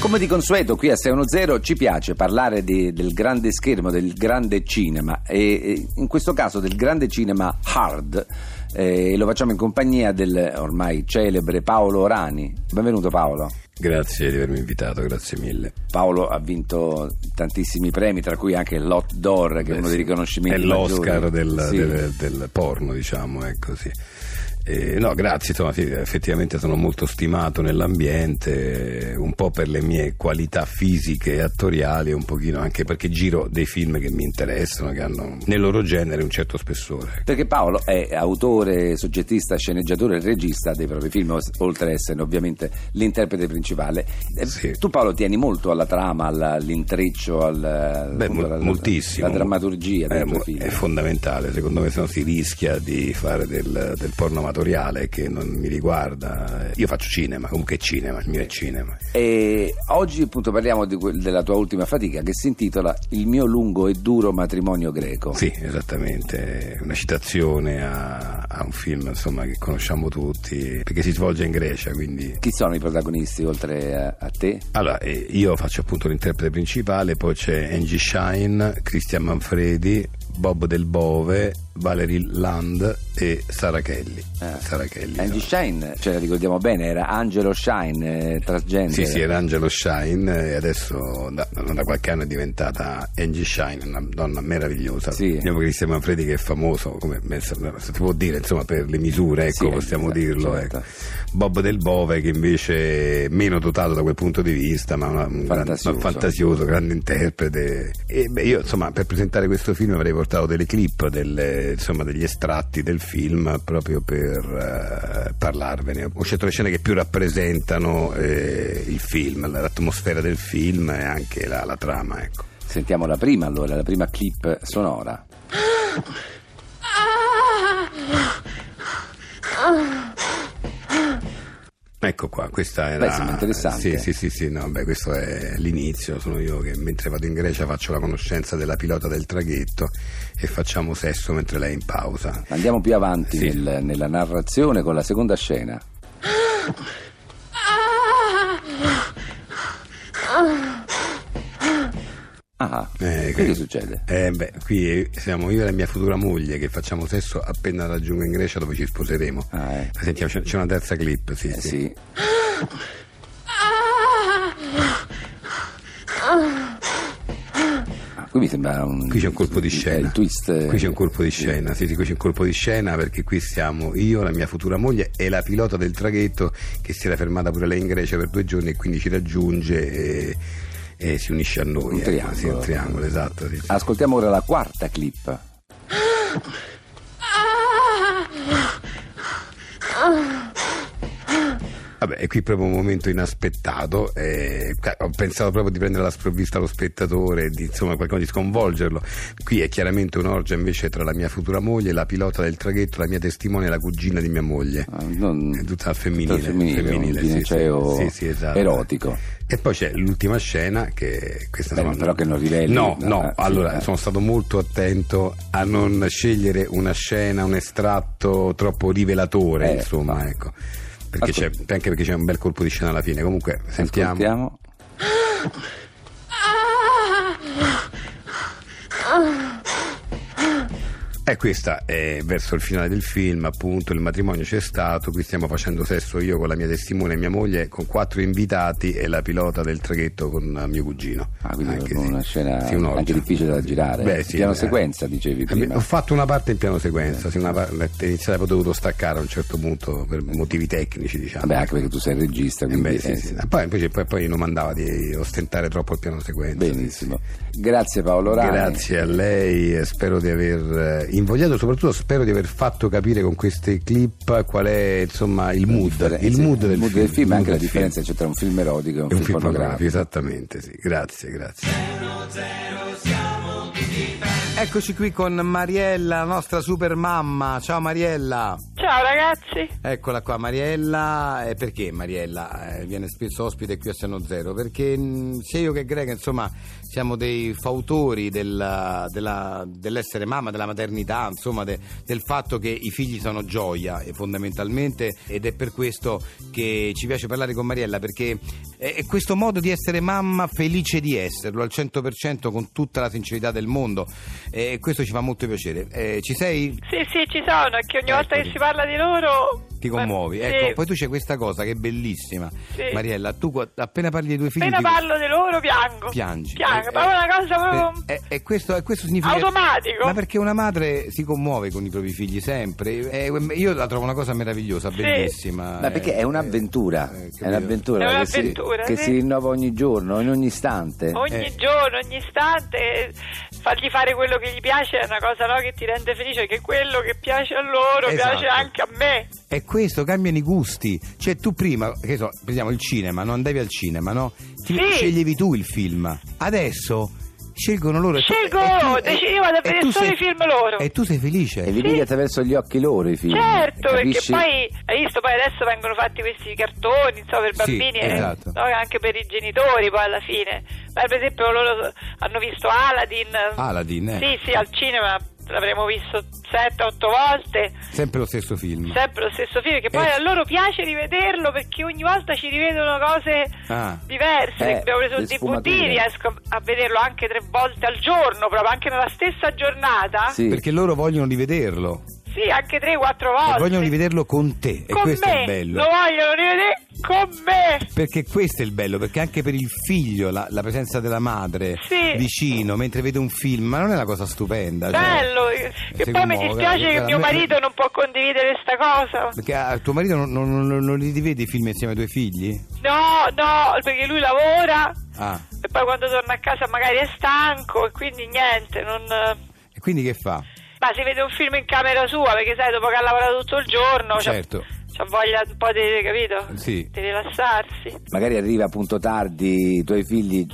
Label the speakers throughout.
Speaker 1: come di consueto qui a 610 ci piace parlare di- del grande schermo, del grande cinema e, e in questo caso del grande cinema hard eh, e lo facciamo in compagnia del ormai celebre Paolo Orani. Benvenuto Paolo.
Speaker 2: Grazie di avermi invitato, grazie mille.
Speaker 1: Paolo ha vinto tantissimi premi, tra cui anche l'Hot Door, che è
Speaker 2: Beh,
Speaker 1: uno dei
Speaker 2: sì.
Speaker 1: riconoscimenti
Speaker 2: È l'Oscar
Speaker 1: maggiori.
Speaker 2: del,
Speaker 1: Sì.
Speaker 2: del- del porno, diciamo, è così. E, no, grazie, insomma, sì, effettivamente sono molto stimato nell'ambiente, un po' per le mie qualità fisiche e attoriali, un pochino anche perché giro dei film che mi interessano, che hanno nel loro genere un certo spessore.
Speaker 1: Perché Paolo è autore, soggettista, sceneggiatore e regista dei propri film, os- oltre ad essere ovviamente l'interprete principale. Eh,
Speaker 2: Sì.
Speaker 1: Tu Paolo tieni molto alla trama, alla- all'intreccio, al,
Speaker 2: Beh,
Speaker 1: appunto,
Speaker 2: mol-
Speaker 1: alla-
Speaker 2: moltissimo.
Speaker 1: alla drammaturgia dei
Speaker 2: Eh,
Speaker 1: tuoi
Speaker 2: mo-
Speaker 1: film.
Speaker 2: È fondamentale, secondo me, se no si rischia di fare del, del porno amatoriale che non mi riguarda. Io faccio cinema, comunque è cinema, il mio è cinema.
Speaker 1: E oggi appunto parliamo di que- della tua ultima fatica che si intitola Il mio lungo e duro matrimonio greco.
Speaker 2: Sì, esattamente, una citazione a, a un film insomma, che conosciamo tutti, perché si svolge in Grecia, quindi...
Speaker 1: Chi sono i protagonisti oltre a, a te?
Speaker 2: Allora, eh, io faccio appunto l'interprete principale, poi c'è Angie Shine, Cristian Manfredi, Bob Del Bove, Valerie Land e Sara Kelly.
Speaker 1: Ah.
Speaker 2: Sara Kelly,
Speaker 1: Angie
Speaker 2: insomma.
Speaker 1: Shine, ce la ricordiamo bene, era Angelo Shine, eh, transgender.
Speaker 2: Sì, sì, era Angelo Shine e adesso da, da qualche anno è diventata Angie Shine, una donna meravigliosa.
Speaker 1: Sì.
Speaker 2: Abbiamo Cristian Manfredi che è famoso, come se si può dire, insomma, per le misure, ecco,
Speaker 1: Sì,
Speaker 2: possiamo
Speaker 1: esatto,
Speaker 2: dirlo.
Speaker 1: certo.
Speaker 2: ecco. Bob Del Bove che invece è meno dotato da quel punto di vista, ma una- un gran-
Speaker 1: Fantasioso.
Speaker 2: un fantasioso, grande interprete. E beh, io insomma per presentare questo film avrei portato delle clip, delle- insomma degli estratti del film proprio per eh, parlarvene. Ho scelto le scene che più rappresentano eh, il film, l'atmosfera del film e anche la, la trama. Ecco.
Speaker 1: Sentiamo la prima allora, la prima clip sonora.
Speaker 2: Ecco qua, questa
Speaker 1: Beh,
Speaker 2: era.
Speaker 1: sembra interessante.
Speaker 2: Sì, sì, sì, sì, no, beh, questo è l'inizio. Sono io che mentre vado in Grecia faccio la conoscenza della pilota del traghetto e facciamo sesso mentre lei è in pausa.
Speaker 1: Andiamo più avanti
Speaker 2: Sì.
Speaker 1: nel- nella narrazione con la seconda scena. Ah,
Speaker 2: Eh,
Speaker 1: che,
Speaker 2: che-
Speaker 1: succede?
Speaker 2: Eh, beh, qui siamo io e la mia futura moglie che facciamo sesso appena raggiungo in Grecia dove ci sposeremo.
Speaker 1: Ah, eh.
Speaker 2: Sentiamo, c'è, c'è una terza clip, sì,
Speaker 1: Eh,
Speaker 2: sì.
Speaker 1: sì. Ah, qui mi sembra un...
Speaker 2: Qui c'è un colpo di
Speaker 1: eh,
Speaker 2: scena.
Speaker 1: Il twist... eh,
Speaker 2: Qui c'è un colpo di scena, sì, sì, qui c'è un colpo di scena perché qui siamo io, la mia futura moglie e la pilota del traghetto che si era fermata pure lei in Grecia per due giorni e quindi ci raggiunge e, e si unisce a
Speaker 1: Un
Speaker 2: noi. ecco,
Speaker 1: triangolo.
Speaker 2: sì, un triangolo, esatto. sì, sì.
Speaker 1: Ascoltiamo ora la quarta clip.
Speaker 2: Vabbè, e qui proprio un momento inaspettato. eh, ca- ho pensato proprio di prendere la sprovvista allo spettatore, di, insomma, qualcosa di sconvolgerlo. Qui è chiaramente un'orgia invece tra la mia futura moglie, la pilota del traghetto, la mia testimone e la cugina di mia moglie.
Speaker 1: Ah, non-
Speaker 2: È tutta
Speaker 1: tutto
Speaker 2: al femminile,
Speaker 1: al femminile,
Speaker 2: femminile,
Speaker 1: un
Speaker 2: sì,
Speaker 1: gineceo
Speaker 2: sì, sì, sì, esatto.
Speaker 1: erotico.
Speaker 2: E poi c'è l'ultima scena che questa
Speaker 1: Beh, però che non riveli-
Speaker 2: No, no,
Speaker 1: Ah, sì,
Speaker 2: allora
Speaker 1: eh.
Speaker 2: sono stato molto attento a non scegliere una scena, un estratto troppo rivelatore,
Speaker 1: Eh,
Speaker 2: insomma,
Speaker 1: fa-
Speaker 2: ecco. Perché c'è,
Speaker 1: Ascolta.
Speaker 2: anche perché c'è un bel colpo di scena alla fine. Comunque, sentiamo.
Speaker 1: Ascoltiamo.
Speaker 2: E questa è verso il finale del film, appunto, il matrimonio c'è stato, qui stiamo facendo sesso io con la mia testimone e mia moglie, con quattro invitati e la pilota del traghetto con eh, mio cugino.
Speaker 1: Ah, quindi
Speaker 2: Anche
Speaker 1: proprio
Speaker 2: sì.
Speaker 1: una scena
Speaker 2: Sì, un'orgia.
Speaker 1: anche difficile da girare.
Speaker 2: Beh, sì,
Speaker 1: Piano
Speaker 2: eh.
Speaker 1: sequenza, dicevi
Speaker 2: Eh,
Speaker 1: prima. Eh.
Speaker 2: Ho fatto una parte in piano sequenza, sì, una parte, iniziale poi ho dovuto staccare a un certo punto per motivi tecnici, diciamo.
Speaker 1: Vabbè, anche perché tu sei il regista,
Speaker 2: Eh,
Speaker 1: quindi...
Speaker 2: beh, sì,
Speaker 1: eh,
Speaker 2: sì.
Speaker 1: sì.
Speaker 2: Poi, invece, poi, poi non mandava di ostentare troppo il piano sequenza. sì,
Speaker 1: Benissimo. Grazie Paolo Rani.
Speaker 2: Grazie a lei, eh, spero di aver eh, invogliato, soprattutto spero di aver fatto capire con queste clip qual è insomma il mood,
Speaker 1: Differenze-
Speaker 2: il mood del film.
Speaker 1: e
Speaker 2: il mood
Speaker 1: anche la
Speaker 2: del
Speaker 1: differenza c'è tra un film erotico e un,
Speaker 2: film. È un film
Speaker 1: pornografico.
Speaker 2: pornografico, esattamente, sì. Grazie, grazie.
Speaker 3: Eccoci qui con Mariella, la nostra super mamma. Ciao Mariella.
Speaker 4: Ciao
Speaker 3: Ciao ragazzi.
Speaker 2: Eccola qua Mariella, eh, perché Mariella eh, viene spesso ospite qui a Seno Zero? Perché mh, sia io che Greg insomma siamo dei fautori del- della- dell'essere mamma, della maternità, insomma de- del fatto che i figli sono gioia eh, fondamentalmente ed è per questo che ci piace parlare con Mariella perché è, è questo modo di essere mamma felice di esserlo al 100% con tutta la sincerità del mondo e questo ci fa molto piacere. Eh, ci sei?
Speaker 3: Sì, sì, ci sono, è che ogni volta che
Speaker 2: Eccoli.
Speaker 3: si parla di loro...
Speaker 2: Ti commuovi,
Speaker 3: Sì.
Speaker 2: ecco, poi tu c'è questa cosa che è bellissima.
Speaker 3: Sì.
Speaker 2: Mariella, tu qua- appena parli dei tuoi figli
Speaker 3: Appena
Speaker 2: ti-
Speaker 3: parlo di loro piango.
Speaker 2: piangi.
Speaker 3: Piango,
Speaker 2: Eh,
Speaker 3: proprio
Speaker 2: eh,
Speaker 3: una cosa proprio...
Speaker 2: eh, eh, questo, eh, questo significa
Speaker 3: Automatico.
Speaker 2: Ma perché una madre si commuove con i propri figli sempre? Eh, io la trovo una cosa meravigliosa,
Speaker 3: Sì.
Speaker 2: bellissima.
Speaker 5: Ma perché
Speaker 2: eh,
Speaker 5: è un'avventura,
Speaker 2: eh,
Speaker 5: è
Speaker 2: capito?
Speaker 5: un'avventura,
Speaker 3: È
Speaker 5: che, si,
Speaker 3: un'avventura,
Speaker 5: che
Speaker 3: sì.
Speaker 5: si rinnova ogni giorno, in ogni istante.
Speaker 3: Ogni
Speaker 2: eh.
Speaker 3: giorno, ogni istante, eh, fargli fare quello che gli piace è una cosa no, che ti rende felice, che quello che piace a loro
Speaker 2: Esatto.
Speaker 3: piace anche a me.
Speaker 2: È questo, cambiano i gusti. Cioè, tu prima, che so, prendiamo il cinema, non andavi al cinema, no? Ti
Speaker 3: Sì.
Speaker 2: sceglievi tu il film. Adesso scelgono loro. e tu-
Speaker 3: Scelgo
Speaker 2: e tu-
Speaker 3: io,
Speaker 2: e-
Speaker 3: deci- io vado a
Speaker 2: e
Speaker 3: vedere
Speaker 2: tu
Speaker 3: solo
Speaker 2: sei-
Speaker 3: i film loro.
Speaker 2: E tu sei felice.
Speaker 5: E li vedi
Speaker 3: Sì.
Speaker 5: attraverso gli occhi loro i film.
Speaker 3: Certo,
Speaker 5: capisci?
Speaker 3: perché poi hai visto, poi adesso vengono fatti questi cartoni insomma, per
Speaker 2: Sì,
Speaker 3: bambini e
Speaker 2: esatto.
Speaker 3: no, anche per i genitori poi alla fine. Ma per esempio loro hanno visto Aladdin.
Speaker 2: Aladdin, eh.
Speaker 3: Sì, sì, al cinema l'avremmo visto 7-8 volte.
Speaker 2: Sempre lo stesso film.
Speaker 3: Sempre lo stesso film, che poi
Speaker 2: Eh.
Speaker 3: a loro piace rivederlo perché ogni volta ci rivedono cose
Speaker 2: Ah.
Speaker 3: diverse.
Speaker 5: Eh,
Speaker 3: Abbiamo preso
Speaker 5: le
Speaker 3: il DVD,
Speaker 5: sfumature.
Speaker 3: riesco a vederlo anche tre volte al giorno, proprio anche nella stessa giornata.
Speaker 5: Sì.
Speaker 2: Perché loro vogliono rivederlo.
Speaker 3: Sì, anche 3-4
Speaker 2: E
Speaker 3: volte.
Speaker 2: vogliono rivederlo con te. E
Speaker 3: con
Speaker 2: questo
Speaker 3: me,
Speaker 2: è bello. Eh,
Speaker 3: Lo vogliono rivedere con me.
Speaker 2: Perché questo è il bello, perché anche per il figlio la, la presenza della madre
Speaker 3: Sì.
Speaker 2: vicino mentre vede un film, ma non è una cosa stupenda. cioè,
Speaker 3: Bello.
Speaker 2: si
Speaker 3: Che poi mi
Speaker 2: commuove,
Speaker 3: dispiace che
Speaker 2: guarda,
Speaker 3: mio
Speaker 2: a me-
Speaker 3: marito non può condividere sta cosa.
Speaker 2: Perché a tuo marito non, non, non- non li rivede i film insieme ai tuoi figli?
Speaker 3: No, no, perché lui lavora
Speaker 2: Ah,
Speaker 3: e poi quando torna a casa magari è stanco e quindi niente, non...
Speaker 2: e quindi che fa?
Speaker 3: Ma si vede un film in camera sua, perché sai, dopo che ha lavorato tutto il giorno, c'ha-
Speaker 2: Certo.
Speaker 3: c'ha voglia un po' di, capito?
Speaker 2: Sì.
Speaker 3: Di rilassarsi.
Speaker 5: Magari arriva appunto tardi, i tuoi figli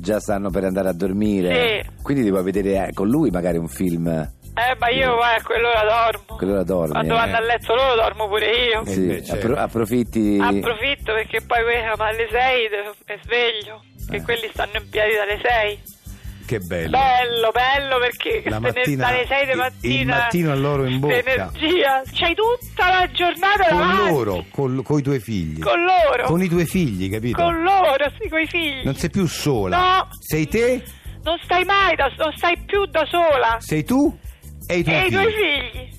Speaker 5: già stanno per andare a dormire.
Speaker 3: Sì.
Speaker 5: Quindi devo vedere eh, con lui magari un film.
Speaker 3: Eh, ma io guarda, a quell'ora dormo.
Speaker 5: Quell'ora dormi,
Speaker 3: Quando
Speaker 5: eh.
Speaker 3: vanno a letto loro dormo pure io.
Speaker 2: Eh,
Speaker 5: Sì,
Speaker 2: beh, certo.
Speaker 5: appro- approfitti.
Speaker 3: Approfitto perché poi quella, ma alle 6 mi sveglio, che quelli stanno in piedi dalle 6.
Speaker 2: Che Eh. bello.
Speaker 3: Bello, bello perché
Speaker 2: La
Speaker 3: te ne-
Speaker 2: mattina-
Speaker 3: dalle 6 di
Speaker 2: il-
Speaker 3: mattina.
Speaker 2: il mattino a loro in bocca.
Speaker 3: Energia. C'hai tutta la giornata
Speaker 2: Con
Speaker 3: davanti.
Speaker 2: loro, con i tuoi figli.
Speaker 3: Con loro.
Speaker 2: Con i tuoi figli, capito?
Speaker 3: Con loro, sì, coi figli.
Speaker 2: Non sei più sola.
Speaker 3: No.
Speaker 2: Sei te,
Speaker 3: Non stai mai, da, non stai più da sola.
Speaker 2: sei tu e i tuoi
Speaker 3: e i
Speaker 2: figli.
Speaker 3: tuoi figli.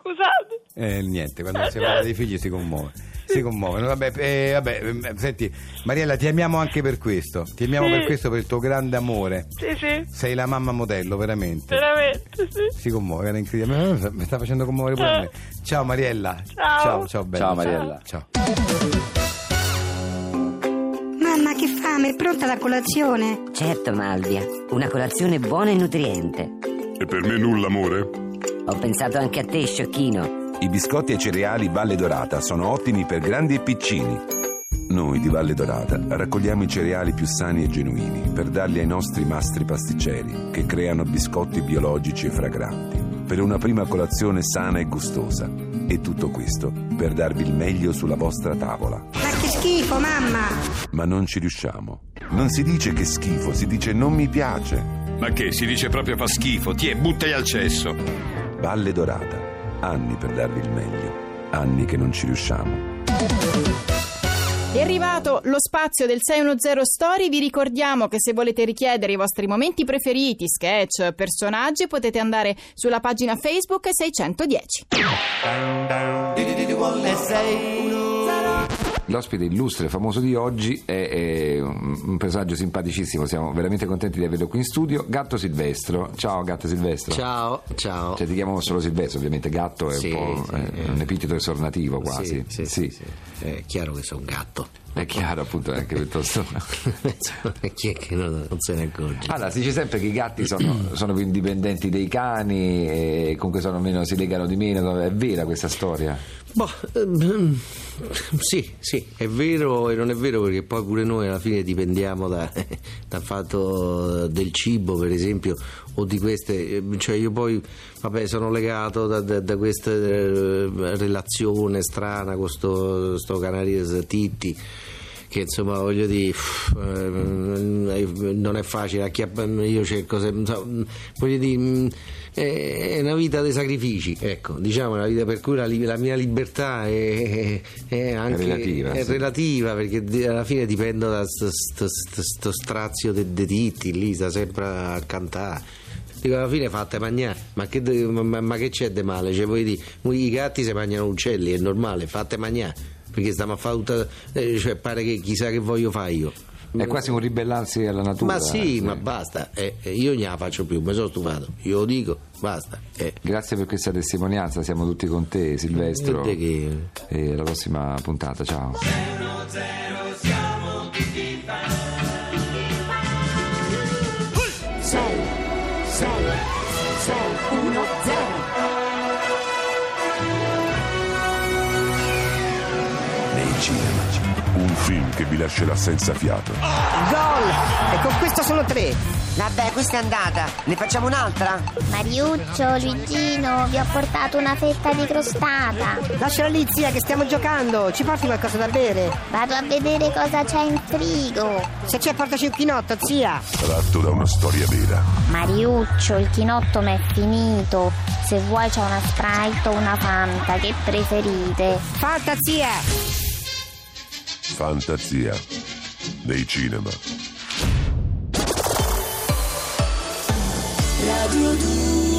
Speaker 3: Scusate.
Speaker 2: Eh, niente, quando si parla dei figli si commuove. Si commuove. No, Vabbè, eh, vabbè, eh, senti, Mariella, ti amiamo anche per questo. Ti amiamo
Speaker 3: Sì.
Speaker 2: per questo, per il tuo grande amore.
Speaker 3: Sì, sì,
Speaker 2: Sei la mamma modello, veramente.
Speaker 3: veramente, sì.
Speaker 2: Si commuove, era incredibile. Mi sta facendo commuovere pure a me. Ciao Mariella.
Speaker 3: Ciao.
Speaker 2: Ciao, ciao, bella.
Speaker 5: Ciao, Mariella.
Speaker 2: Ciao.
Speaker 6: Mamma che fame, è pronta la colazione?
Speaker 7: Certo, Malvia, una colazione buona e nutriente.
Speaker 8: E per me nulla, amore?
Speaker 7: Ho pensato anche a te, sciocchino.
Speaker 9: I biscotti e cereali Valle Dorata sono ottimi per grandi e piccini. Noi di Valle Dorata raccogliamo i cereali più sani e genuini per darli ai nostri mastri pasticceri che creano biscotti biologici e fragranti per una prima colazione sana e gustosa. E tutto questo per darvi il meglio sulla vostra tavola.
Speaker 6: Ma che schifo, mamma!
Speaker 9: Ma non ci riusciamo. Non si dice che schifo, si dice non mi piace.
Speaker 8: Ma che, si dice proprio fa schifo, ti e buttali al cesso.
Speaker 9: Valle Dorata. Anni per darvi il meglio. Anni che non ci riusciamo.
Speaker 10: È arrivato lo spazio del 610 Story, vi ricordiamo che se volete richiedere i vostri momenti preferiti, sketch, personaggi, potete andare sulla pagina Facebook 610.
Speaker 1: L'ospite illustre e famoso di oggi è, è un un personaggio simpaticissimo, siamo veramente contenti di averlo qui in studio, Gatto Silvestro. Ciao Gatto Silvestro.
Speaker 11: Ciao, ciao.
Speaker 1: Cioè, ti chiamo solo Silvestro, ovviamente gatto è
Speaker 11: Sì,
Speaker 1: un po'
Speaker 11: sì,
Speaker 1: è
Speaker 11: eh.
Speaker 1: un epiteto esornativo quasi.
Speaker 11: Sì, sì, sì, sì. È chiaro che sono un gatto.
Speaker 1: È chiaro appunto anche piuttosto.
Speaker 11: Chi è che non, non se ne accorge?
Speaker 1: Allora, si dice sempre che i gatti sono, sono più indipendenti dei cani e comunque sono meno, si legano di meno. È vera questa storia?
Speaker 12: Boh, ehm, sì, sì, è vero e non è vero perché poi pure noi alla fine dipendiamo da- dal fatto del cibo, per esempio, o di queste, ehm, cioè io poi, vabbè, sono legato da, da- da questa eh, relazione strana con sto, sto canariese Titti che insomma voglio dire uff, ehm, eh, non è facile acchiapp- io cerco se- insomma, voglio dire mh, è è una vita dei sacrifici ecco diciamo una vita per cui la, li- la mia libertà è, è- è anche
Speaker 13: relativa,
Speaker 12: è
Speaker 13: sì.
Speaker 12: relativa, perché di- alla fine dipendo da sto, sto- sto- sto strazio dei de titti lì sta sempre a cantare Dico, alla fine fate mangiare, ma che, de- ma- ma- ma che c'è di male? Cioè, voi dite, i gatti si mangiano uccelli, è normale, fate mangiare, perché stiamo a fare tutta- eh, cioè, pare che chissà che voglio fare io.
Speaker 13: È quasi un ribellarsi alla natura.
Speaker 12: Ma sì,
Speaker 13: eh,
Speaker 12: ma basta, eh, eh, io non la faccio più, mi sono stufato, io lo dico, basta. eh.
Speaker 13: Grazie per questa testimonianza, siamo tutti con te Silvestro.
Speaker 12: E te che-
Speaker 13: E alla prossima puntata, ciao.
Speaker 9: Nei cinema. Un film che vi lascerà senza fiato.
Speaker 6: Gol! E con questo sono tre. Vabbè, questa è andata. Ne facciamo un'altra?
Speaker 14: Mariuccio, Luigino, vi ho portato una fetta di crostata.
Speaker 6: Lasciala lì, zia, che stiamo giocando. Ci porti qualcosa da bere?
Speaker 14: Vado a vedere cosa c'è in frigo.
Speaker 6: Se c'è, portaci un chinotto, zia.
Speaker 9: Tratto da una storia vera.
Speaker 14: Mariuccio, il chinotto mi è finito. Se vuoi c'è una Sprite o una Fanta, che preferite?
Speaker 6: Fanta, zia!
Speaker 9: Fantasia. Nei cinema.
Speaker 15: Radio 2